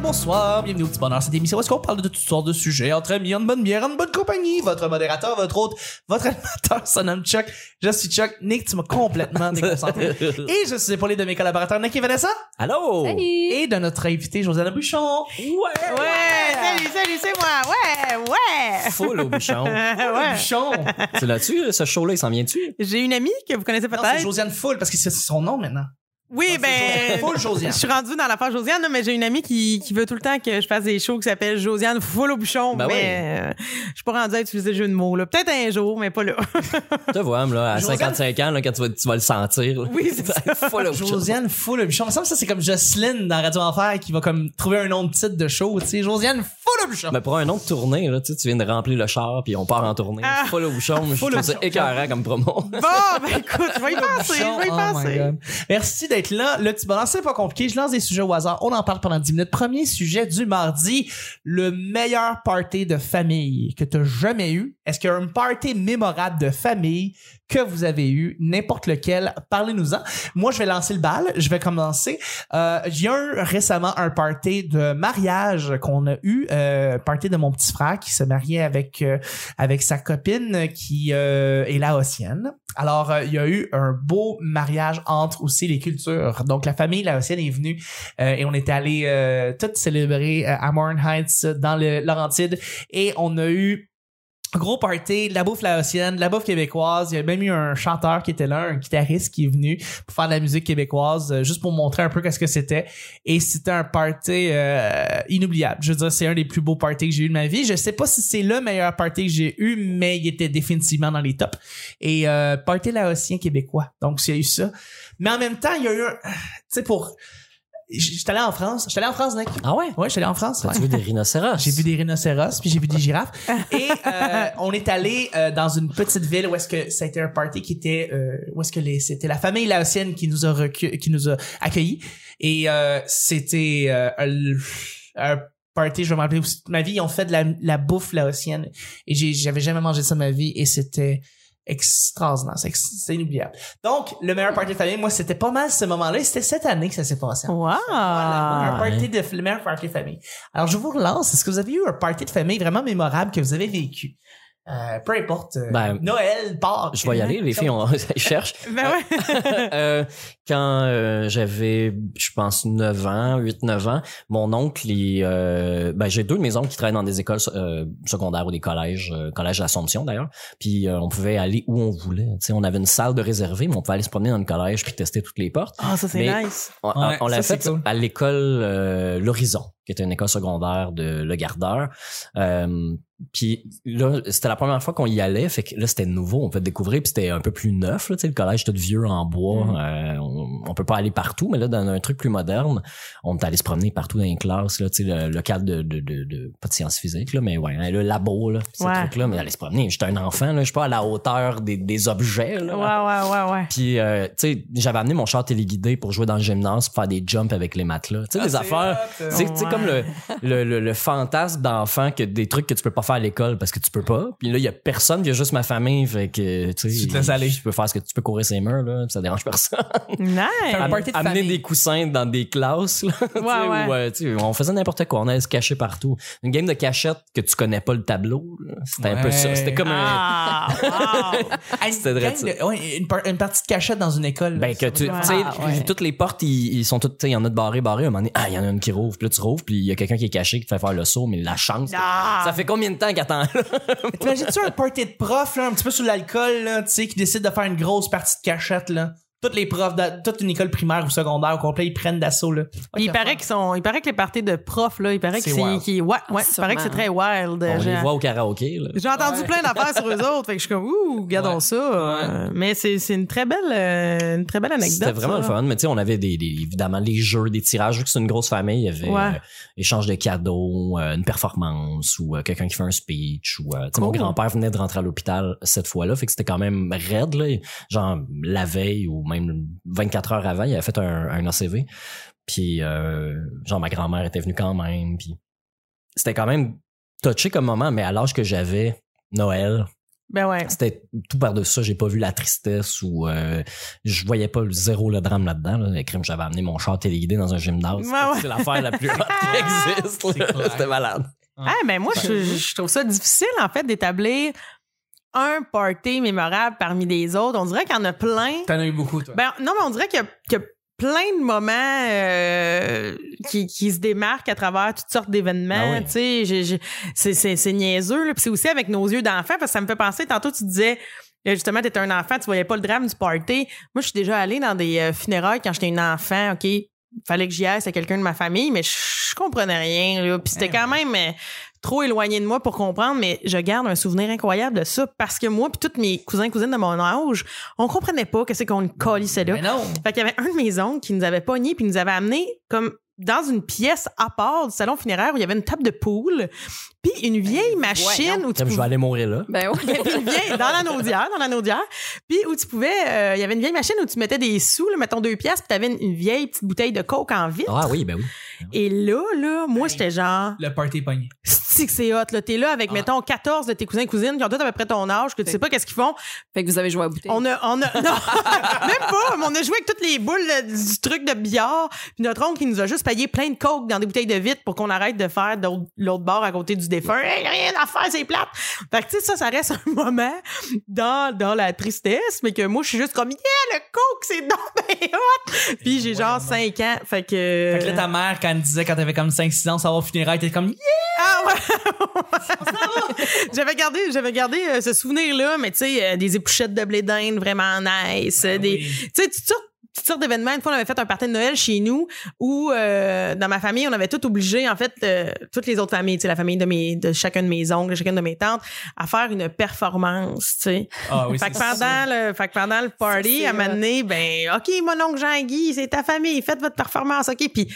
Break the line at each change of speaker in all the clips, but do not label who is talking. bonsoir, bienvenue au petit bonheur. Cette émission où est-ce qu'on parle de toutes sortes de sujets entre amis, en bonne bière, en bonne compagnie. Votre modérateur, votre hôte, votre animateur, son nom Chuck. Je suis Chuck. Nick, tu m'as complètement déconcentré. Et je suis épaulé de mes collaborateurs Nick et Vanessa.
Allô?
Et de notre invité Josiane Bouchon.
Ouais!
Ouais, Eh, salut, salut, c'est moi. Ouais, ouais.
Full au bouchon.
Ouais.
Bouchon.
tu l'as-tu, euh, ce show-là, il s'en vient-tu?
J'ai une amie que vous connaissez
Non, c'est
peut-être.
Josiane Full parce que c'est son nom maintenant.
Oui, ben.
Full Josiane.
Je suis rendue dans l'affaire Josiane, là, mais j'ai une amie qui, qui veut tout le temps que je fasse des shows qui s'appellent Josiane Full au bouchon.
Ben
mais
ouais.
euh, je suis pas rendue à utiliser le jeu de mots. là. Peut-être un jour, mais pas là.
Te vois, me, là, à
Josiane-
55 ans, là, quand tu vas, tu vas le sentir. là.
Oui, c'est ça.
Full au bouchon.
Josiane Full, Bouchon. Il me semble que ça, c'est comme Jocelyne dans Radio Enfer qui va comme trouver un nom de titre de show, tu sais. Josiane Full, Bouchon.
Mais pour un nom de tournée, là, tu, sais, tu viens de remplir le char, puis on part en tournée.
Ah.
Full au bouchon, je trouve ça écœurant comme promo.
Bon, ben écoute, je vais y penser. Je vais y
Oh my
penser.
God. Merci d'être là. Le petit bonheur, c'est pas compliqué. Je lance des sujets au hasard. On en parle pendant 10 minutes. Premier sujet du mardi. Le meilleur party de famille que t'as jamais eu. Est-ce qu'il y a un party mémorable de famille que vous avez eu? N'importe lequel. Parlez-nous-en. Moi, je vais lancer le bal. Je vais commencer. Euh, il y a eu récemment un party de mariage qu'on a eu. Euh, party de mon petit frère qui se mariait avec, euh, avec sa copine qui euh, est laotienne. Alors, euh, il y a eu un beau mariage entre aussi les cultures. Donc, la famille laotienne est venue euh, et on est allé euh, tout célébrer euh, à Morn Heights euh, dans le Laurentide et on a eu un gros party, de la bouffe laotienne, de la bouffe québécoise. Il y a même eu un chanteur qui était là, un guitariste qui est venu pour faire de la musique québécoise, euh, juste pour montrer un peu qu'est-ce que c'était. Et c'était un party euh, inoubliable. Je veux dire, c'est un des plus beaux parties que j'ai eu de ma vie. Je sais pas si c'est le meilleur party que j'ai eu, mais il était définitivement dans les tops. Et euh, party laotien québécois. Donc, il y a eu ça. Mais en même temps, il y a eu un... Tu sais, pour... J'étais allé en France. J'étais allé en France, Nick.
Ah ouais?
Ouais, j'étais allé en France. ouais.
Tu veux des rhinocéros?
J'ai vu des rhinocéros, puis j'ai vu des girafes. Et euh, on est allé euh, dans une petite ville où est-ce que ça a été un party qui était euh, où est-ce que les- c'était la famille laotienne qui nous a recu- qui nous a accueillis. Et euh, c'était euh, un, un party, je vais me rappeler aussi toute ma vie, ils ont fait de la, la bouffe laotienne et j'ai- j'avais jamais mangé ça de ma vie et c'était extraordinaire, c'est ex- c'est inoubliable. Donc le meilleur party de famille, moi c'était pas mal ce moment-là, et c'était cette année que ça s'est passé.
Wow.
Voilà, un
Ah, ouais.
party de le meilleur party de famille. Alors, je vous relance. Est-ce que vous avez eu un party de famille vraiment mémorable que vous avez vécu? Euh, peu importe. euh,
Ben,
Noël, Pâques.
Je vais y aller, les filles, on, elles cherchent.
Ben ouais.
Euh, quand euh, j'avais, je pense, 9 ans, 8-9 ans, mon oncle, il, euh, ben, j'ai deux de mes oncles qui travaillent dans des écoles euh, secondaires ou des collèges, euh, collège d'Assomption d'ailleurs, puis euh, on pouvait aller où on voulait. Tu sais, on avait une salle de réservée, mais on pouvait aller se promener dans le collège puis tester toutes les portes.
Ah, ça, c'est
Mais-
nice.
On,
Ouais,
on l'a
ça,
fait
c'est cool.
à l'école euh, L'Horizon, qui était une école secondaire de Le Gardeur. Euh, puis là, c'était la première fois qu'on y allait, fait que là, c'était nouveau, on peut découvrir, puis c'était un peu plus neuf, là, tu sais, le collège tout vieux en bois,
Mhm.
euh, on, on peut pas aller partout, mais là, dans un truc plus moderne, on est allé se promener partout dans les classes, là, tu sais, le, le cadre de, de, de, de- pas de sciences physiques, là, mais ouais, hein, le labo, là, ces
Ouais.
trucs-là, mais aller se promener, j'étais un enfant, là, je suis pas à la hauteur des, des objets,
Ouais,
là,
ouais, ouais, ouais.
puis, euh, tu sais, j'avais amené mon char téléguidé pour jouer dans le gymnase, pour faire des jumps avec les matelas. Tu sais,
Ah,
des affaires.
euh.
Tu sais, tu sais,
Ouais.
comme le, le, le, le fantasme d'enfant que des trucs que tu peux pas faire à l'école parce que tu peux pas. Puis là, il y a personne, il y a juste ma famille. Fait que, tu sais,
Tu te laisses aller.
Tu peux faire ce que tu peux courir ses murs, là. puis Ça dérange personne.
Nice.
Un party de
amener
famille.
des coussins dans des classes, là. tu sais,
Ouais, ouais.
où, euh, tu sais, on faisait n'importe quoi. On allait se cacher partout. Une game de cachette que tu connais pas le tableau, là, C'était un peu ça.
Ouais.
C'était comme un-
Ah, wow.
Hey,
C'était
une
drôle,
gang de- ouais, une, par- une partie de cachette dans une école. là.
Ben que tu tu
Ouais.
sais
Ah, ouais.
toutes les portes ils, ils sont toutes tu sais il y en a de barrées barrées un moment donné ah il y en a une qui rouvre puis là tu rouvres puis il y a quelqu'un qui est caché qui te fait faire le saut mais la chance
Ah.
ça fait combien de temps qu'attends là
T'imagines-tu un party de profs, là, un petit peu sous l'alcool, là, tu sais, qui décide de faire une grosse partie de cachette, là? Toutes les profs, de, toute une école primaire ou secondaire au complet, ils prennent d'assaut, là.
Puis il paraît qu'ils sont, il paraît que les parties de profs là, il paraît que
C'est
c'est,
wild.
qui, ouais, ouais, il
Sûrement.
paraît que c'est très wild.
on
J'ai,
les voit au karaoké là.
j'ai entendu plein d'affaires sur eux autres, fait que je suis comme ouh, regardons
Ouais.
ça. Euh, Mais c'est, c'est une très belle, euh, une très belle anecdote.
C'était vraiment
ça.
le fun, mais tu sais, on avait des, des- évidemment les jeux, des tirages, vu que c'est une grosse famille, il y avait
Ouais.
euh, échange de cadeaux, euh, une performance ou euh, quelqu'un qui fait un speech. Ou, euh, tu sais, Mon
Cool.
grand-père venait de rentrer à l'hôpital cette fois-là, fait que c'était quand même raide, là, genre la veille ou même 24 heures avant, il avait fait un, un ACV. Puis, euh, genre, ma grand-mère était venue quand même. Puis, c'était quand même touché comme moment, mais à l'âge que j'avais, Noël,
Ben ouais.
C'était tout par-dessus ça. J'ai pas vu la tristesse ou euh, je voyais pas le zéro le drame là-dedans. Là. La crime, j'avais amené mon char téléguidé dans un gymnase.
Ouais, ouais.
C'est l'affaire la plus hot qui existe. là.
C'est clair.
C'était malade.
Ah, ben moi, je, je trouve ça difficile, en fait, d'établir un party mémorable parmi les autres. On dirait qu'il y en a plein.
T'en as eu beaucoup, toi.
Ben, non, mais on dirait qu'il y a, qu'il y a plein de moments euh, qui, qui se démarquent à travers toutes sortes d'événements.
Ah oui.
Tu sais, j'ai- j'ai- c'est, c'est, c'est niaiseux. là. Puis c'est aussi avec nos yeux d'enfant, parce que ça me fait penser, tantôt tu disais, euh, justement, t'étais un enfant, tu voyais pas le drame du party. Moi, je suis déjà allée dans des euh, funérailles quand j'étais une enfant, OK? Fallait que j'y aille, c'était quelqu'un de ma famille, mais je, je comprenais rien. là. Puis c'était
Eh
quand même euh, trop éloigné de moi pour comprendre, mais je garde un souvenir incroyable de ça parce que moi, puis tous mes cousins cousines de mon âge, on comprenait pas que c'est qu'on collissait là.
Mais Ben, non.
Fait qu'il y avait un de mes oncles qui nous avait pogné puis il nous avait amené comme dans une pièce à part du salon funéraire où il y avait une table de poule puis une vieille machine où
Crime,
tu
je vais
pouvais
aller mourir là.
Ben oui.
puis une vieille- dans la naudière, dans la naudière, puis où tu pouvais, euh, il y avait une vieille machine où tu mettais des sous, là, mettons deux pièces, puis t'avais une, une vieille petite bouteille de coke en vitre.
Ah oui, ben oui.
Et là, là, moi, j'étais genre,
Le party pogné.
si que c'est hot, là, t'es là avec,
Ah.
mettons, 14 de tes cousins et cousines qui ont tous à peu près ton âge, que tu sais pas qu'est-ce qu'ils font,
Fait que vous avez joué à bouteille.
on a, on a, non, même pas. mais On a joué avec toutes les boules euh, du truc de billard. Puis notre oncle, il nous a juste payé plein de coke dans des bouteilles de vitre pour qu'on arrête de faire d'autres- l'autre bord à côté du défunt. Hey, rien à faire, c'est plate. Fait que, tu sais, ça, ça reste un moment dans, dans la tristesse, mais que moi, je suis juste comme, yeah, le coke, c'est donc bien hot. Puis j'ai genre 5 ans. Fait que.
Fait que là, ta mère, quand elle disait, quand t'avais comme 5-6 ans, ça va finir, t'es comme, yeah!
Ah ouais! j'avais gardé, j'avais gardé euh, ce souvenir-là, mais tu sais, euh, des épouchettes de blé d'Inde vraiment nice, euh, des,
Ben Ah Oui.
tu sais, tu sortes tu sortes d'événements. Une fois, on avait fait un party de Noël chez nous où, euh, dans ma famille, on avait tout obligé, en fait, euh, toutes les otres familles, tu sais, la famille de, mes, de chacun de mes oncles, de chacune de mes tantes, à faire une performance, tu sais.
Ah oui,
Fait
c'est
que, pendant le, fait que pendant le party,
c'est
à un moment
hot.
donné, ben, OK, mon oncle Jean-Guy, c'est ta famille, faites votre performance, OK. Puis,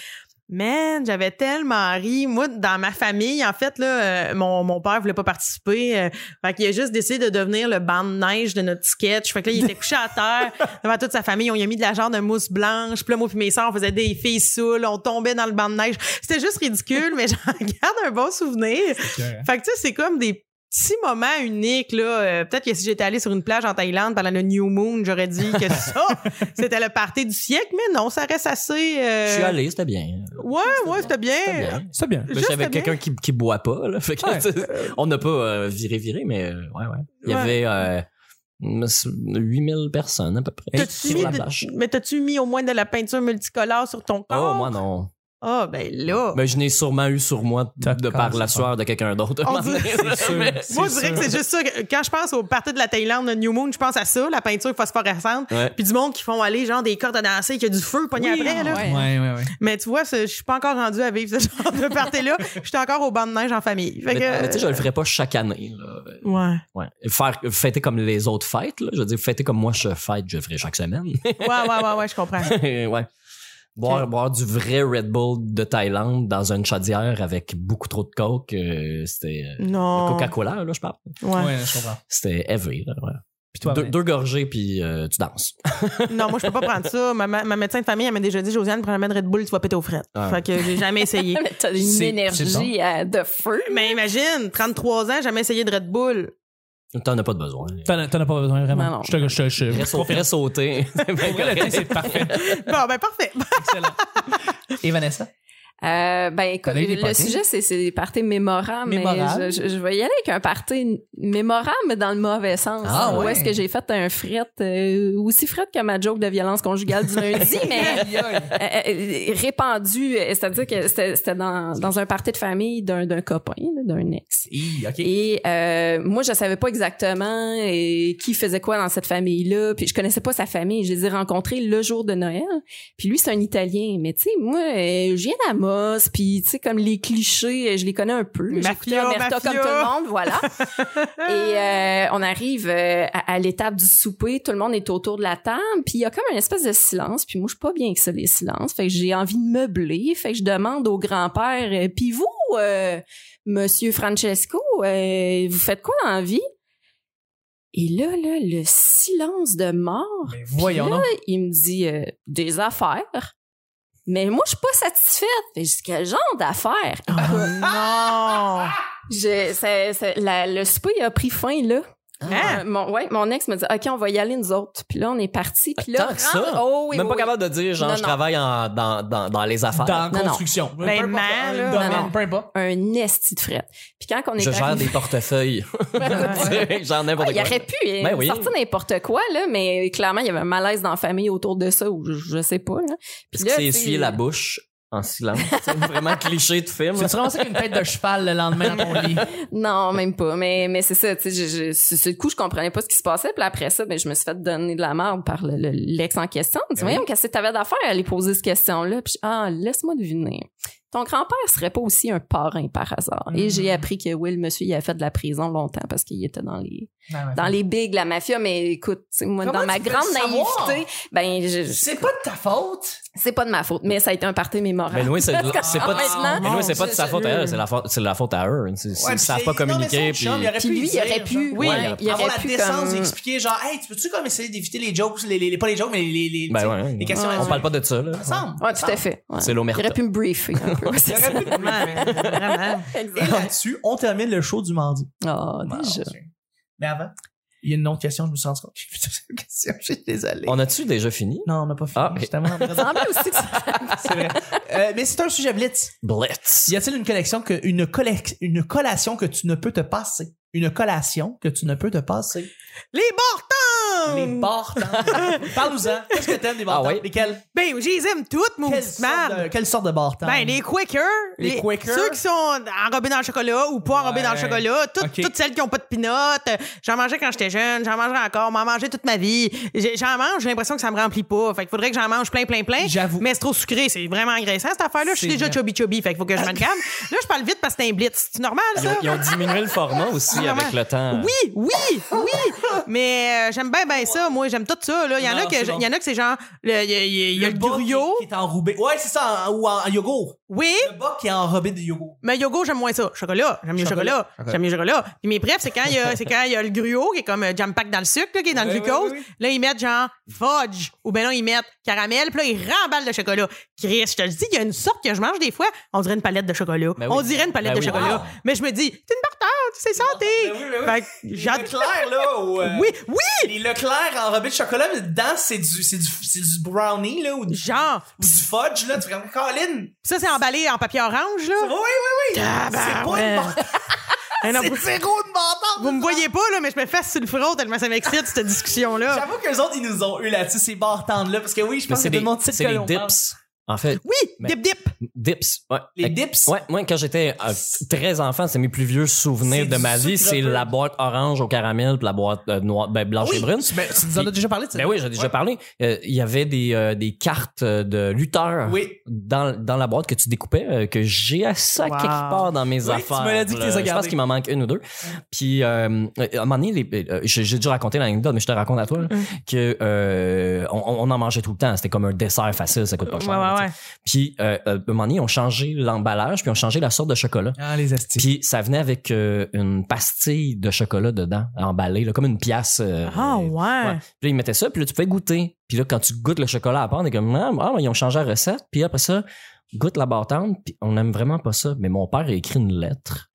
man, j'avais tellement ri. Moi, dans ma famille, en fait, là, euh, mon, mon père voulait pas participer. euh, fait qu'il a juste décidé de devenir le banc de neige de notre sketch. Fait que là, il était couché à terre devant toute sa famille. On lui a mis de la genre de mousse blanche. Puis là, moi puis mes soeurs, on faisait des filles saoules. On tombait dans le banc de neige. C'était juste ridicule, mais j'en garde un bon souvenir.
que...
Fait que tu sais, c'est comme des petits moments uniques, là. Euh, Peut-être que si j'étais allée sur une plage en Thaïlande pendant le New Moon, j'aurais dit que ça, c'était le party du siècle, mais non, ça reste assez. euh,
Je suis allé, c'était bien.
Ouais, ouais, c'était bien.
C'était bien.
C'est bien.
Ben,
Juste
j'avais
bien.
quelqu'un qui, qui boit pas, là. Fait que,
Ouais.
tu sais, on n'a pas euh, viré, viré, mais euh, ouais, ouais. Il y
Ouais.
avait euh, me s- 8000 personnes à peu près.
T'as-tu
sur
mis
la
de-
plage.
mais t'as-tu mis au moins de la peinture multicolore sur ton
Oh,
corps?
moi non.
Ah, ben là.
Mais je n'ai sûrement eu sur moi
T'as
de
quand
par la
ça
sueur de quelqu'un d'autre.
On dirait- moi, je
je
dirais que c'est juste ça. que- Quand je pense au party de la Thaïlande, le New Moon, je pense à ça, la peinture phosphorescente.
Ouais.
Puis du monde qui font aller, genre, des cordes à danser, qu'il y a du feu pogné après, là.
ouais.
Ouais, ouais, ouais.
Mais tu vois, c'est- je suis pas encore rendue à vivre ce genre de party-là. Je suis encore au banc de neige en famille. Fait
Mais,
que- euh,
mais tu sais, je le ferais pas chaque année. Là.
Ouais.
Ouais. Faire, fêter comme les autres fêtes, là. je veux dire, fêter comme moi je fête, je le ferais chaque semaine.
Ouais, ouais, ouais, ouais, je comprends.
ouais. Boire, boire du vrai Red Bull de Thaïlande dans une chaudière avec beaucoup trop de coke, euh, c'était euh,
Non.
Coca-Cola, là, je parle.
Ouais.
Ouais, je comprends.
C'était heavy. Là, ouais.
Puis toi,
deux,
ben-
deux gorgées, puis euh, tu danses.
Non, moi, je peux pas prendre ça. Ma, ma- ma médecin de famille, elle m'a déjà dit, Josiane, prends jamais de Red Bull, tu vas péter aux frettes.
Ah.
Fait que j'ai jamais essayé.
Mais T'as une
C'est- c'est
énergie à- de feu.
Mais imagine, 33 ans, jamais essayé de Red Bull.
T'en as pas de besoin.
T'en as t'en as pas besoin, vraiment.
Non, non.
Je te... Je te... Je...
Fais
je-
sauter. fais sauter.
Pour vrai, le thé, c'est parfait.
Bon, ben, parfait.
Excellent. Et Vanessa?
Euh, ben écoute,
T'en as eu des
le
parties?
sujet c'est c'est des parties mémorables,
Mémorables.
mais je, je- je vais y aller avec un party mémorable mais dans le mauvais sens.
Ah
Où
ouais.
est-ce que j'ai fait un fret euh, aussi fret que ma joke de violence conjugale du lundi, mais euh, euh, répandu, euh, c'est-à-dire que c'était c'était dans, dans un party de famille d'un d'un copain, là, d'un ex.
Hi, OK.
Et euh, moi, je savais pas exactement euh, qui faisait quoi dans cette famille-là. Puis je connaissais pas sa famille. Je les ai rencontrés le jour de Noël. Puis lui, c'est un Italien. Mais tu sais, moi, euh, je viens d'Amos. Puis tu sais, comme les clichés, euh, je les connais un peu. J'ai
Mafia,
écouté Omerta
mafia.
comme tout le monde, voilà. Et euh, on arrive euh, à, à l'étape du souper. Tout le monde est autour de la table. Puis il y a comme une espèce de silence. Puis moi, je suis pas bien avec ça, les silences. Fait que j'ai envie de meubler. Fait que je demande au grand-père, euh, puis vous... euh, Monsieur Francesco, euh, vous faites quoi dans la vie? Et là, là, le silence de mort,
Mais voyons
Puis là,
donc.
il me dit euh, des affaires. Mais moi, je suis pas satisfaite. Fait que je dis, quel genre d'affaires?
Ah. Oh,
non.
Je- ça- ça- la- le souper a pris fin, là.
Ah.
Euh,
Hein?
Mon, ouais, mon ex me dit OK, on va y aller nous autres. Puis là, on est parti. Puis là,
Tant que ça.
rentre- oh, oui,
Même
oui,
pas capable de dire, genre,
Non,
je
non.
travaille en- dans, dans, dans les affaires.
Dans
non.
construction.
Ben,
peu importe,
man,
dans le
là.
domaine,
Non, non.
peu importe.
un esti de fret. Puis quand on est
je gère
arrivé-
des portefeuilles. J'en ai n'importe
il
quoi.
aurait pu hein,
Ben oui.
sortir n'importe quoi là, mais clairement il y avait un malaise dans la famille autour de ça ou je, je sais pas là.
Puis c'est
là, tu sais, euh,
essuyé la bouche en silence. C'est vraiment cliché de film.
Tu te ramasses avec une tête de cheval le lendemain dans ton lit.
Non, même pas. Mais, mais c'est ça, tu sais, je- je- sur sur le coup, je comprenais pas ce qui se passait. Puis après ça, ben, je me suis fait donner de la merde par le- le- l'ex en question. Je dis,
Ben oui.
voyons, qu'est-ce que t'avais d'affaire à aller poser cette question-là? Puis, je- ah, laisse-moi deviner. Ton grand-père serait pas aussi un parrain par hasard. Et
Mhm.
j'ai
Hmm.
appris que oui, le monsieur, il a fait de la prison longtemps parce qu'il était dans les, dans
Dans
les bigs, de la mafia. Mais écoute, tu sais, moi,
Comment
dans ma
tu peux
grande
le savoir?
naïveté, ben, je- je-
C'est pas de ta faute.
c'est pas de ma faute. Mais ça a été un party mémorable.
Mais oui, c'est c'est pas, de-
Maintenant,
mais oui, c'est pas de sa
je-
faute à elle, c'est la faute, c'est de la faute à eux. hein, Ils
Ouais,
ne
puis c'est-
savent pas
non, mais son
communiquer. puis-
chum, il aurait
Puis
pu
lui,
lui
il aurait pu,
Oui,
ouais,
il aurait
il
avoir
aurait
la
pu
décence
comme-
d'expliquer genre hey tu peux-tu comme essayer d'éviter les jokes les, les- les- pas les jokes mais les, les,
Ben
tu sais,
ouais.
les questions
Ouais.
On parle pas de ça, là.
ensemble
Ouais, tout à fait. Ouais.
C'est
Il
l'omerta.
aurait pu me briefer un peu. C'est ça.
Vraiment.
et là-dessus on termine le show du mardi
Ah, déjà.
mais avant il y a une autre question je me suis rendu compte que j'ai plus de questions je suis désolé
On a-tu déjà fini?
non on n'a pas fini
Ah, ok.
justement
Il semblait aussi que ça-
c'est vrai Euh, mais c'est un sujet blitz
Blitz.
y a-t-il une collection que une collec- une collation que tu ne peux te passer une collation que tu ne peux te passer
Les bortons!
Hum.
les bartends parle-nous-en qu'est-ce que t'aimes des
Ah
bartends
ouais.
lesquels
Ben, je les aime toutes, mon
quelle
petit
sorte de,
marde.
quelle sorte de bartends
Ben, les Quakers.
Les Quaker.
Ceux qui sont enrobés dans le chocolat ou pas enrobés dans le
Ouais.
chocolat. Toutes,
Ok.
toutes celles qui ont pas de pinottes. J'en mangeais quand j'étais jeune. J'en mangerai encore. M'en mangeais toute ma vie. J'ai- J'en mange, j'ai l'impression que ça me remplit pas. Fait qu'il faudrait que j'en mange plein, plein, plein.
J'avoue.
Mais c'est trop sucré. C'est vraiment engraissant, cette affaire-là. Je suis
C'est
déjà
vrai.
chubby chubby. Fait qu'il faut que je me calme. Là, je parle vite parce que c'est un blitz. C'est normal,
Ils
ça?
ont, ils ont diminué le format
Ah,
aussi
Vraiment.
avec le temps.
Oui, oui, oui. Mais euh, j'aime bien ben ça. Moi, j'aime tout ça. là. Il y en
Non,
a que
c'est
je-
bon.
il y en a que c'est genre le- il y a, il y a- il y a le,
bas
gruyot.
Qui, qui est enrobé. Ouais, c'est ça, en- ou en, en yogourt.
Oui,
Le bas qui est enrobé de yogourt.
mais yogourt, j'aime moins ça. Chocolat, j'aime mieux le
Chocolat.
chocolat.
Chocolat.
J'aime mieux le chocolat. Puis mes préfs, c'est quand il y a c'est quand il y a le gruyot qui est comme euh, jam pack dans le sucre, là, qui est dans
Oui,
le glucose.
oui, oui.
Là, ils mettent genre fudge ou ben non, ils mettent caramel, puis là ils remballent le chocolat. Chris, je te le dis, il y a une sorte que je mange des fois, on dirait une palette de chocolat.
Ben oui.
On dirait une palette
Ben
de
oui.
chocolat,
Ah.
mais je me dis, c'est une bartende, c'est santé.
Ben oui, ben oui.
Fait que
Les
j'ad-
Leclerc, là, ou, euh,
Oui, oui,
Les Leclerc enrobés de chocolat, mais dedans, c'est du, c'est du, c'est du brownie, là, ou du,
genre
ou du fudge, là. Tu fais comme Colin.
Ça, c'est emballé en papier orange,
Oui, oui,
là.
oui. c'est pas une
ouais.
bande-
Hein, non, vous,
C'est zéro de bâtard.
vous me voyez pas, là, mais je me fesse sur le front tellement ça m'excite, cette discussion-là.
J'avoue qu'eux autres, ils nous ont eu là-dessus, ces bartendes-là. Parce que oui, je
Mais
pense que
c'est
tout
des,
le monde sait de
c'est
quoi
des
l'on parle.
dips. En fait,
Oui,
Mais-
dip, dip.
dips. Ouais.
Les dips.
Ouais, moi, quand j'étais euh, très enfant, c'est mes plus vieux souvenirs
C'est
de
du
ma vie.
sucre
C'est
un peu.
la boîte orange au caramel puis la boîte euh, noire, ben, blanche
Oui,
et brune.
mais tu nous en as déjà parlé de ça.
Ben oui, j'ai déjà
Ouais.
parlé. Euh, Il y avait des, euh, des cartes euh, de lutteurs
Oui.
dans, dans la boîte que tu découpais, euh, que j'ai à ça
Wow.
quelque part dans mes
Oui, tu
affaires.
me l'as dit que
là.
tu les as
Je pense
gardées.
qu'il m'en manque une ou deux. Puis, euh, euh, à un moment donné, les- euh, j'ai j'ai déjà raconté l'anecdote, mais je te raconte à toi, là,
Mm.
que euh, on, on en mangeait tout le temps. C'était comme un dessert facile, ça coûte pas
Ouais,
cher.
ouais,
tu sais.
ouais.
Puis, euh, euh, à un moment donné, ils ont changé l'emballage, puis ils ont changé la sorte de chocolat.
Ah, les astis.
Puis ça venait avec euh, une pastille de chocolat dedans, emballée, là, comme une pièce. euh,
Ah,
euh,
ouais.
Ouais. Puis là, ils mettaient ça, puis là, tu pouvais goûter. Puis là, quand tu goûtes le chocolat à part, on est comme, ah, ah, ils ont changé la recette. Puis après ça, goûte la bartende, puis on n'aime vraiment pas ça. Mais mon père a écrit une lettre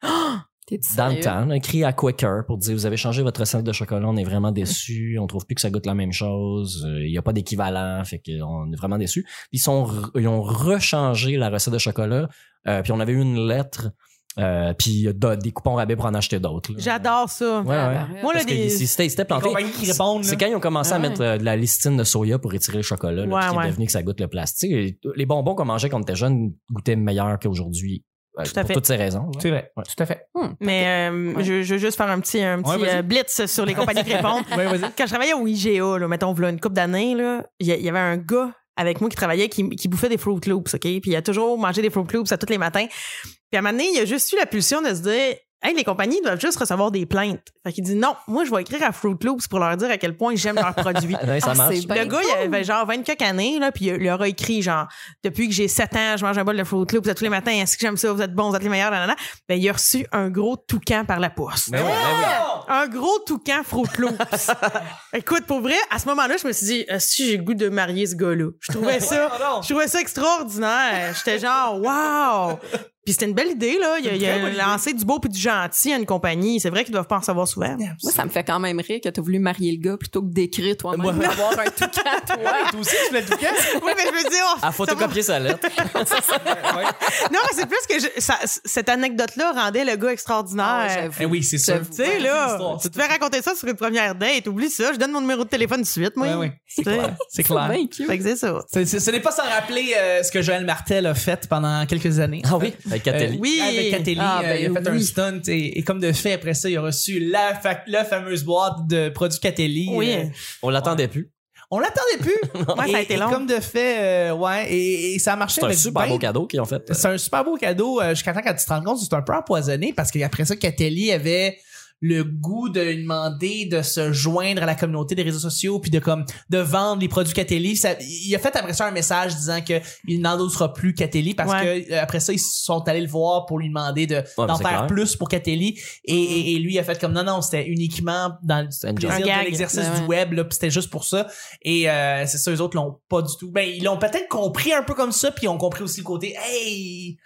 T'es-tu
dans le
sérieux?
temps, là, écrit à Quaker pour dire, vous avez changé votre recette de chocolat, on est vraiment déçus, on trouve plus que ça goûte la même chose, euh, il n'y a pas d'équivalent, fait qu'on est vraiment déçus. Puis ils, sont, re- ils ont rechangé la recette de chocolat, euh, puis on avait eu une lettre, euh, puis de- des coupons rabais pour en acheter d'autres. là.
J'adore ça.
Ouais, ouais.
Moi, là,
Parce que
des...
c'est- c'était c'était planté.
compagnies qui répondent, là.
C'est quand ils ont commencé à
Ouais.
mettre euh, de la listine de soya pour étirer le chocolat, là,
Ouais,
puis qu'il est
ouais.
devenu que ça goûte le plastique. Et Les bonbons qu'on mangeait quand on était jeune goûtaient meilleur qu'aujourd'hui. euh,
Tout à
pour
fait.
toutes ces raisons. là.
C'est vrai, tout à fait.
Mais euh,
Ouais.
je, je veux juste faire un petit, un petit
Ouais, vas-y.
euh, blitz sur les compagnies qui répondent. Quand je travaillais au IGA, là, mettons, voilà une couple d'années, là, il y, a- il y avait un gars avec moi qui travaillait qui, qui bouffait des Fruit Loops, OK? Puis il a toujours mangé des Fruit Loops à tous les matins. Puis à un moment donné, il a juste eu la pulsion de se dire Hey, les compagnies doivent juste recevoir des plaintes. Fait qu'il dit Non, moi, je vais écrire à Fruit Loops pour leur dire à quel point j'aime leurs produits.
Ah, ouais, ça
Ah,
marche.
c'est bien.
le gars, il avait genre 24 années, là, puis il leur a écrit, genre, depuis que j'ai 7 ans, je mange un bol de Fruit Loops à tous les matins, est-ce que j'aime ça, vous êtes bons, vous êtes les meilleurs, nanana. Ben, il a reçu un gros toucan par la poste.
Ben oui, ben oui.
Oh!
Un gros toucan Fruit Loops. Écoute, pour vrai, à ce moment-là, je me suis dit, si j'ai le goût de marier ce gars-là. Je trouvais ça,
Voyons donc.
je trouvais ça extraordinaire. J'étais genre, wow! Puis c'était une belle idée, là. Il a,
C'est une
il a
très bonne idée.
lancé du beau puis du gentil à une compagnie. C'est vrai qu'ils doivent pas en savoir souvent.
Moi, ça me fait quand même rire que t'as voulu marier le gars plutôt que d'écrire toi-même.
Moi-
d'avoir un toucan, toi.
Toi aussi, tu voulais tout casser?
Oui, mais je veux dire... oh,
À
ça va-
photocopier sa lettre.
Ouais.
Non, mais c'est plus que je- ça- c- cette anecdote-là rendait le gars
Ah,
extraordinaire.
j'avoue.
Eh oui, c'est sûr.
J'avoue.
tu sais, là,
Histoire.
tu te fais raconter ça sur une première date, oublie ça, je donne mon numéro de téléphone de suite, moi.
Ouais, ouais.
Tu sais,
C'est
C'est
clair.
bien cute.
Fait que c'est ça.
C'est- c'est- ce n'est pas sans rappeler euh, ce que Joël Martel a fait pendant quelques années.
Ah oui, avec Catelli.
Euh,
Oui.
Avec Catelli,
Ah,
euh,
ben
il a fait
oui.
un stunt et, et comme de fait, après ça, il a reçu la, fa- la fameuse boîte de produits Catelli.
Oui.
Euh,
On l'attendait plus.
on l'attendait plus.
Ouais, ça a
Et-
été
et
long.
comme de fait, euh, ouais, et, et ça a marché
C'est un
avec
super
ben-
beau cadeau qu'ils ont fait.
C'est un super beau cadeau euh, jusqu'à temps quand tu te rends compte que c'est un peu empoisonné parce qu'après ça, Catelli avait le goût de lui demander de se joindre à la communauté des réseaux sociaux puis de comme de vendre les produits Catelli. Ça- il a fait après ça un message disant que il n'endossera plus Catelli parce
Ouais.
que euh, après ça ils sont allés le voir pour lui demander de
Ouais,
d'en
c'est
faire
clair.
plus pour Catelli et, et, et lui il a fait comme non non c'était uniquement dans le
un
plaisir
gag.
de l'exercice
Ouais,
du
ouais.
web là puis c'était juste pour ça et euh, c'est ça, eux autres l'ont pas du tout. Ben, ils l'ont peut-être compris un peu comme ça, puis ils ont compris aussi le côté Hey!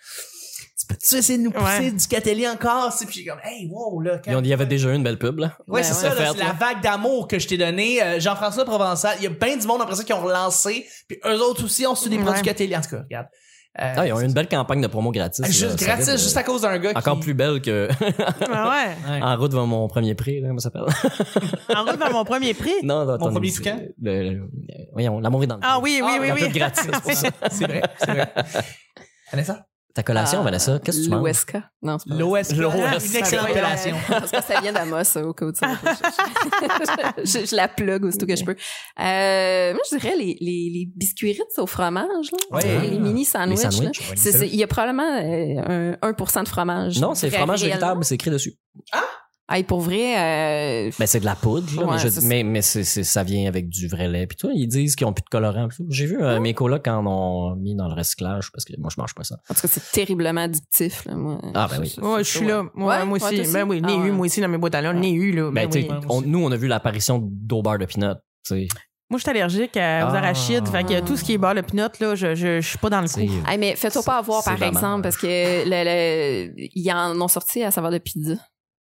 Tu peux-tu essayer de nous pousser
Ouais.
du Catelli encore? C'est- Puis j'ai comme Hey, wow, là, quand-
Ils ont dit, il y avait déjà eu une belle pub, là.
Ouais,
Ben
c'est
ouais.
ça, là,
Fait,
c'est la
là.
vague d'amour que je t'ai donnée. Euh, Jean-François Provençal, il y a bien du monde après ça qui ont relancé, puis eux autres aussi ont su des produits
Ouais.
Catelli. En tout cas, regarde. Euh,
Ah, ils ont eu une belle campagne de promo gratis. là,
Ah, Juste
ça
gratis,
fait de-
juste à cause d'un gars
Encore
qui-
plus belle que
Ah ouais.
Ouais.
En route vers mon premier prix, là, comment ça s'appelle?
En route vers mon premier prix.
non, non, attendez,
premier
c'est-
toucan?
le- le- euh, Voyons, l'amour est dans le
Ah
prix.
oui, oui,
Ah,
oui,
La
oui.
pub gratis, c'est pour ça.
C'est vrai, c'est vrai. Vanessa?
Ta collation,
Ah,
Vanessa, qu'est-ce que tu manges?
L'OSK. Non, c'est pas vrai.
L'OS. Une excellente
Ouais,
relation.
Euh, Parce que ça vient d'Amos, au cas où tu savais pas. je, je- je la plug aussitôt que je peux. Euh, moi, je dirais les, les, les biscuits au fromage, là.
Ouais.
les mini
hein. Les
sandwichs. là.
sandwichs?
C'est- c'est- Il y a probablement euh, un 1% de fromage.
Non, c'est
Vrai-
fromage
réellement.
véritable, c'est écrit dessus.
Hey, pour vrai, euh,
Ben, c'est de la poudre, là,
Ouais,
mais, je-
c'est ça.
mais, mais c'est- c'est- ça vient avec du vrai lait. Puis toi, ils disent qu'ils ont plus de colorant. puis tout. J'ai vu euh, mes colocs en ont mis dans le recyclage, parce que moi, je mange pas ça.
en tout cas, c'est terriblement addictif. Là, moi.
Ah, ben oui.
Ouais, je suis là. Moi,
Ouais,
moi
ouais,
aussi.
toi aussi?
ben oui,
Ah
né eu,
ouais.
moi aussi, dans mes boîtes à l'heure, né eu, là.
Ben,
Ben,
tu
oui.
sais,
Ouais, moi
on-
aussi.
nous, on a vu l'apparition d'au beurre de peanut. tu sais.
Moi, je suis allergique à- aux
Ah.
arachides. Fait que tout ce qui est beurre, le pinot, là, je, je, je suis pas dans le
C'est-
coup.
Hey, mais fais-toi pas avoir,
C'est
par
vraiment-
exemple, parce que le, le- ils en ont sorti à savoir de pizza.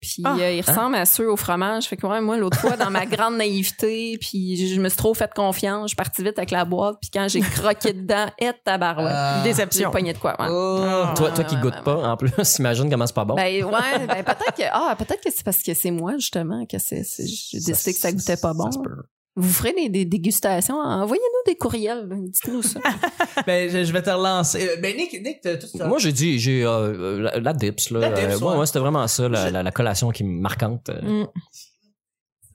Puis
Ah,
euh, ils
hein?
ressemblent à ceux au fromage. Fait que ouais, moi, l'autre fois, dans ma grande naïveté, puis je, je me suis trop fait confiance. Je suis partie vite avec la boîte. Puis quand j'ai croqué dedans, et tabarouette.
Euh, Oh.
j'ai
Déception.
pogné de quoi. ouais.
Ah.
Toi, toi
ouais,
qui
ouais,
goûtes
ouais,
pas, en plus, imagine comment c'est pas bon.
Ben ouais, ben peut-être que ah peut-être que c'est parce que c'est moi justement que c'est c'est- j'ai décidé que ça goûtait pas bon.
se peut.
Vous ferez des, des dégustations, envoyez-nous des courriels, dites-nous ça.
Ben, je, je vais te relancer. Euh, Ben, Nick, Nick, t'as tout ça.
Moi, j'ai dit, j'ai euh, la, la dips. Là.
La dips,
Euh, ouais,
ouais.
ouais, c'était vraiment ça, la, la- la collation qui me marquante. euh.
Mm.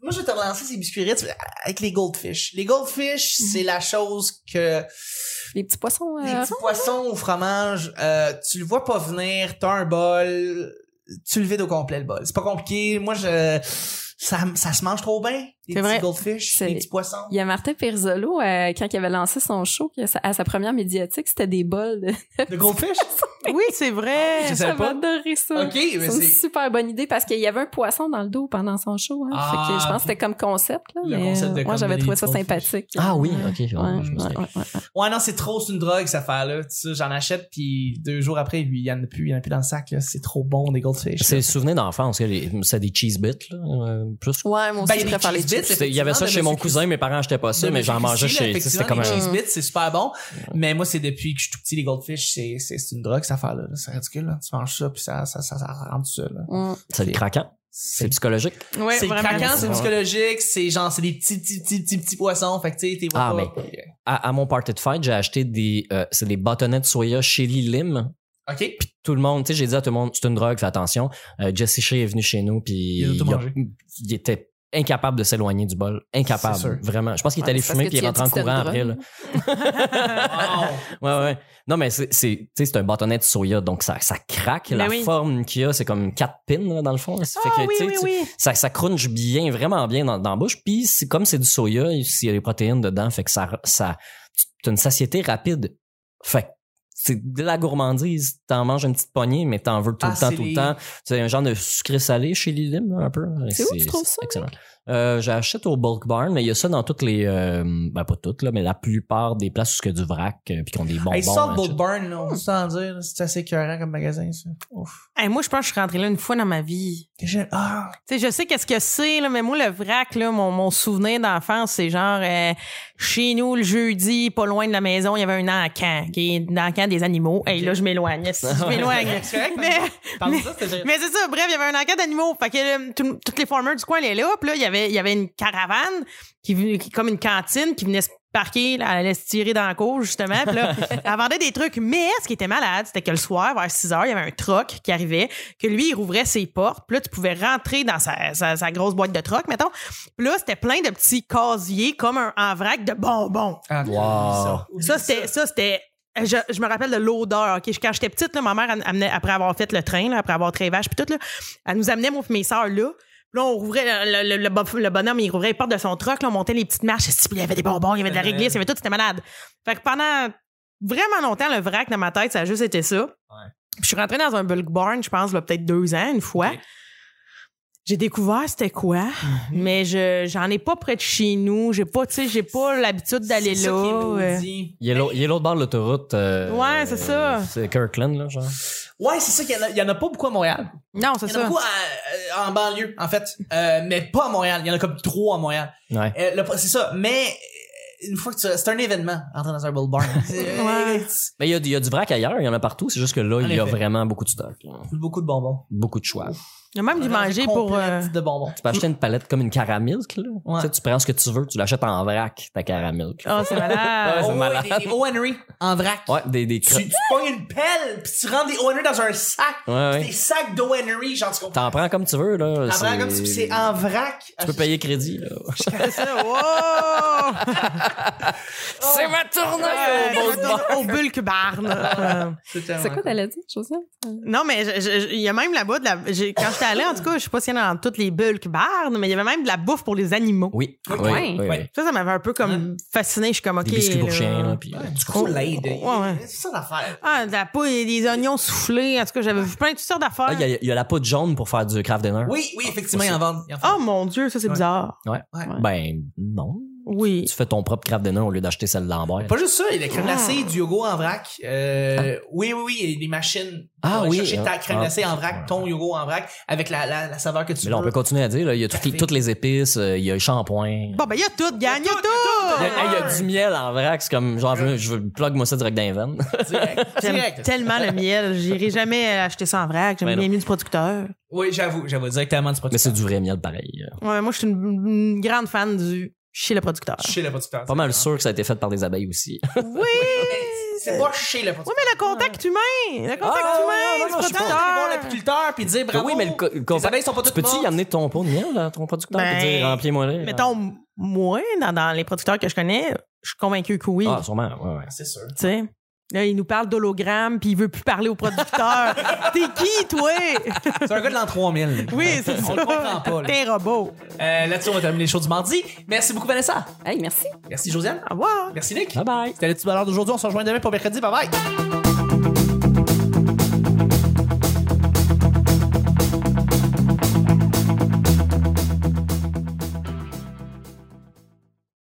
Moi, je vais te relancer ces biscuits Ritz avec les goldfish. Les goldfish, c'est la chose que
Les petits poissons.
les
euh,
petits poissons au fromage, euh, tu le vois pas venir, t'as un bol, tu le vides au complet le bol. C'est pas compliqué. Moi, je ça, ça se mange trop bien. Les petits
C'est vrai.
goldfish,
C'est-
les petits poissons.
Il y a Martin Perzolo, euh, quand il avait lancé son show, que sa- à sa première médiatique, c'était des bols. de-
Le goldfish?
Oui, c'est vrai.
Je savais
J'avais
pas.
adoré ça.
OK, mais
C'est une
c'est
super bonne idée parce qu'il y avait un poisson dans le dos pendant son show. hein.
Ah,
Fait que je pense
puis-
que c'était comme concept. Là,
Le
mais,
concept de
euh, moi,
comme
j'avais
des
trouvé ça
goldfish.
sympathique.
Ah oui, ok. ouais,
Ouais,
je me
ouais,
souviens.
ouais, ouais.
Ouais, non, c'est trop, c'est une drogue, cette affaire-là. Tu sais, j'en achète, puis deux jours après, lui, il y en a plus, il y en a plus dans le sac, là. C'est trop bon, des goldfish.
C'est le souvenir d'enfance. que les- C'est des cheese bits. Là, euh, plus.
Ouais, moi
Ben,
aussi,
il y a
je
des
préfère les
cheese
chips.
bits,
C'était- Il y avait ça
effectivement,
chez
de
mon
Monsieur
cousin, mes parents achetaient pas ça,
De
mais j'en
Monsieur
mangeais
Christie, là,
chez. tu sais, C'était
effectivement,
comme
les
un.
un-
cheese bits, c'est super bon. Mais moi, c'est depuis que je suis tout petit, les goldfish, c'est, c'est, c'est une drogue, cette affaire-là. là. C'est ridicule, là. Tu manges ça, puis ça, ça, ça, ça rentre tout seul, là.
Mm.
C'est le craquant. C'est psychologique.
Ouais,
c'est
vraiment.
craquant, c'est
Ouais.
psychologique, c'est genre, c'est des petits, petits, petits, petits, petits poissons. Fait que, tu sais, t'es
Ah,
vois pas.
À, à mon party de fête, j'ai acheté des, euh, c'est des bâtonnets de soya chili lime.
OK.
Puis tout le monde, tu sais, j'ai dit à tout le monde, c'est une drogue, fais attention. Euh, Jesse Shea est venu chez nous, puis
Il a tout
il, a-
mangé.
il était incapable de s'éloigner du bol.
C'est sûr.
Incapable, vraiment. Je pense qu'il est
Ouais,
allé
c'est parce
fumer,
que
puis il
tu
est
as dit
rentré en
que c'était
courant
une
après. Là.
drogue.
Wow.
Ouais, ouais. Non, mais c'est, c'est, tu sais, c'est un bâtonnet de soya, donc ça, ça craque.
Mais
la
Ben oui.
forme qu'il a, c'est comme quatre pins, là, dans le fond. là. Ça fait
Ah
que,
oui,
tu sais,
oui,
tu-
oui.
Ça, ça crunche bien, vraiment bien dans, dans la bouche. Puis, c'est, comme c'est du soya, il y a des protéines dedans, fait que ça, ça, tu- t'as une satiété rapide. Fait que c'est de la gourmandise. T'en manges une petite poignée, mais t'en veux tout
Ah,
le temps,
c'est
tout
les-
le temps. C'est un genre de sucré salé chez Lilim, un peu.
C'est où tu trouves ça,
Excellent. Euh, J'achète au bulk barn, mais il y a ça dans toutes les, euh, ben pas toutes là, mais la plupart des places où ce que du vrac, euh, puis qui ont des bonbons.
Hey, sort
hein,
Bulk
etc.
Barn, là, on peut s'en dire. là, C'est assez écœurant comme magasin, ça. Ouf.
Hey, moi, je pense que je suis rentrée là une fois dans ma vie.
Que j'aime. Ah!
Tu sais, je sais qu'est-ce que c'est, là, mais moi, le vrac, là, mon, mon souvenir d'enfance, c'est genre euh, chez nous le jeudi, pas loin de la maison, il y avait un encan, qui est un encan des animaux. Et là, je m'éloigne. Si, je m'éloigne. mais,
Parle
mais-
de ça, c'est
mais c'est ça, bref, il y avait un encan d'animaux. Fait que là, tout- toutes les farmers du coin allaient là. Puis là, il y avait, il y avait une caravane, qui, venait- qui- comme une cantine, qui venait se parquer, là, elle allait se tirer dans la cour, justement. Puis là, elle vendait des trucs. Mais ce qui était malade, c'était que le soir, vers 6 heures, il y avait un troc qui arrivait, que lui, il rouvrait ses portes. Puis là, tu pouvais rentrer dans sa, sa- sa grosse boîte de troc, mettons. Puis là, c'était plein de petits casiers, comme un en vrac de bonbons.
Ah,
Wow.
oublie
Ça, c'était. Ça, c'était je, je me rappelle de l'odeur. ok? Quand j'étais petite, là, ma mère, elle amenait- après avoir fait le train, là, après avoir très vache, puis tout, là, elle nous amenait, moi, puis mes sœurs, là. Puis Là, on rouvrait le, le- le- le bo- le bonhomme, il rouvrait les portes de son truck, là, on montait les petites marches, ici, puis il y avait des bonbons, il y avait de la réglisse, il y avait tout, c'était malade. Fait que pendant vraiment longtemps, le vrac dans ma tête, ça a juste été ça. Puis je suis rentrée dans un bulk barn, je pense, là, peut-être deux ans, une fois. J'ai découvert c'était quoi,
Mhm.
mais je j'en ai pas près de chez nous. J'ai pas, tu sais, j'ai pas l'habitude d'aller
C'est
là.
ça qui est
euh.
maudit.
Il y a l'au- il y a l'autre bord de l'autoroute. euh,
Ouais, c'est ça.
C'est Kirkland, là, genre.
Ouais, c'est ça qu'il y en a- il y, en a pas beaucoup à Montréal.
Non, c'est
Il y en a
ça.
beaucoup à- euh, en banlieue, en fait. Euh, mais pas à Montréal. Il y en a comme trois à Montréal.
Ouais.
Euh, le- c'est ça. Mais euh, une fois que tu. C'est un événement, entrer dans un bull barn. C'est-
Ouais.
Mais il y a, il y a du vrac ailleurs, il y en a partout. C'est juste que là, il y a
effet.
vraiment beaucoup de stock. là.
Beaucoup de bonbons.
Beaucoup de choix.
Il y a même du manger pour. euh,
Complète de bonbons.
Tu peux acheter une palette comme une caramilk, là.
Ouais.
Tu, sais, tu prends ce que tu veux, tu l'achètes en vrac, ta caramilk.
Ah, c'est malade.
Ouais, c'est
Oh,
malade.
ouais, des, des O. Henry en vrac.
Ouais, des, des
Tu,
crottes.
tu pognes une pelle, puis tu rends des O. Henry dans un sac. C'est
Ouais, ouais.
Des sacs d'O. Henry, genre, tu comprends?
T'en prends comme tu veux, là.
En vrac,
C'est-
comme si c'est en vrac. ah,
Tu peux payer crédit, là.
C'est ça. Wow!
C'est ma tournée!
Ouais, au bulk barn. Euh,
C'est quoi, t'allais dire, Josiane?
non, mais je- je- je- il y a même là-bas de la. j'ai- Quand j'étais allée, en tout cas, je sais pas si y en a dans toutes les bulk barn, mais il y avait même de la bouffe pour les animaux.
Oui, oui,
Ouais.
oui. oui.
Ouais.
Ça, ça m'avait un peu comme fasciné. Je suis comme, OK.
Des biscuits pour
là.
chiens, là. Puis, euh,
Du gros l'aide.
ouais.
C'est ça l'affaire.
Ah, de la poule, des oignons soufflés. En tout cas, j'avais vu plein de toutes sortes d'affaires.
Ah, il y, a- il y a la poudre jaune pour faire du craft dinner.
Oui, oui, effectivement, ils en vendent. Ils en font.
Oh mon Dieu, ça, c'est bizarre.
Ouais.
Ouais.
Ben, non.
Oui.
Tu fais ton propre craft dinner au lieu d'acheter celle de Lambert.
Pas juste ça, il y a la crème
Ah.
glacée, du yogourt en vrac. Euh, Oui, oui, oui, il y a des machines.
Ah
pour aller
oui,
Chercher ta
ah,
crème
ah.
glacée en vrac, ton yogourt en vrac, avec la, la, la saveur que tu
Mais
veux.
là, on peut continuer à dire, là, il y a toutes les,
Parfait.
toutes les épices, euh, il y a le shampoing.
Bon, ben, il y a tout, gagne, il y
Il y,
a
a, hey, il y
tout!
a du miel en vrac, c'est comme genre, je veux, je veux plug moi ça direct dans les veines.
Direct.
J'aime
direct.
tellement le miel. J'irai jamais euh, acheter ça en vrac.
Ben
J'aime
non.
bien mieux du producteur.
Oui, j'avoue, j'avoue, directement du
Mais
producteur.
c'est du vrai miel pareil. Euh,
Ouais, moi, je suis une, une grande fan du chez le producteur.
Chez le producteur.
Pas mal sûr que ça a été fait par des abeilles aussi.
Oui! oui,
C'est pas chez le producteur.
mais le contact humain! Le contact
Ah,
humain
non,
du
non, non, je suis pas-
T'as allé voir
producteur!
l'apiculteur puis dire bravo.
oui, mais le, co- le
les abeilles sont pas
Tu
toutes
peux-tu y
mortes.
amener ton pot de miel à ton producteur
Ben,
et dire remplis-moi là?
Mettons, moi, dans, dans les producteurs que je connais, je suis convaincu que oui.
Ah, sûrement, ouais, ouais.
C'est sûr.
Tu sais. Là, il nous parle d'hologramme, puis il veut plus parler au producteur. T'es qui, toi?
C'est un gars de l'an 3000.
Oui, c'est ça.
On le comprend pas. là.
T'es un robot.
Euh, Là-dessus, on va terminer les shows du mardi. Merci beaucoup, Vanessa.
Hey, merci.
Merci, Josiane.
Au revoir.
Merci, Nick.
Bye bye!
C'était le petit bonheur d'aujourd'hui. On se rejoint demain pour mercredi. Bye bye.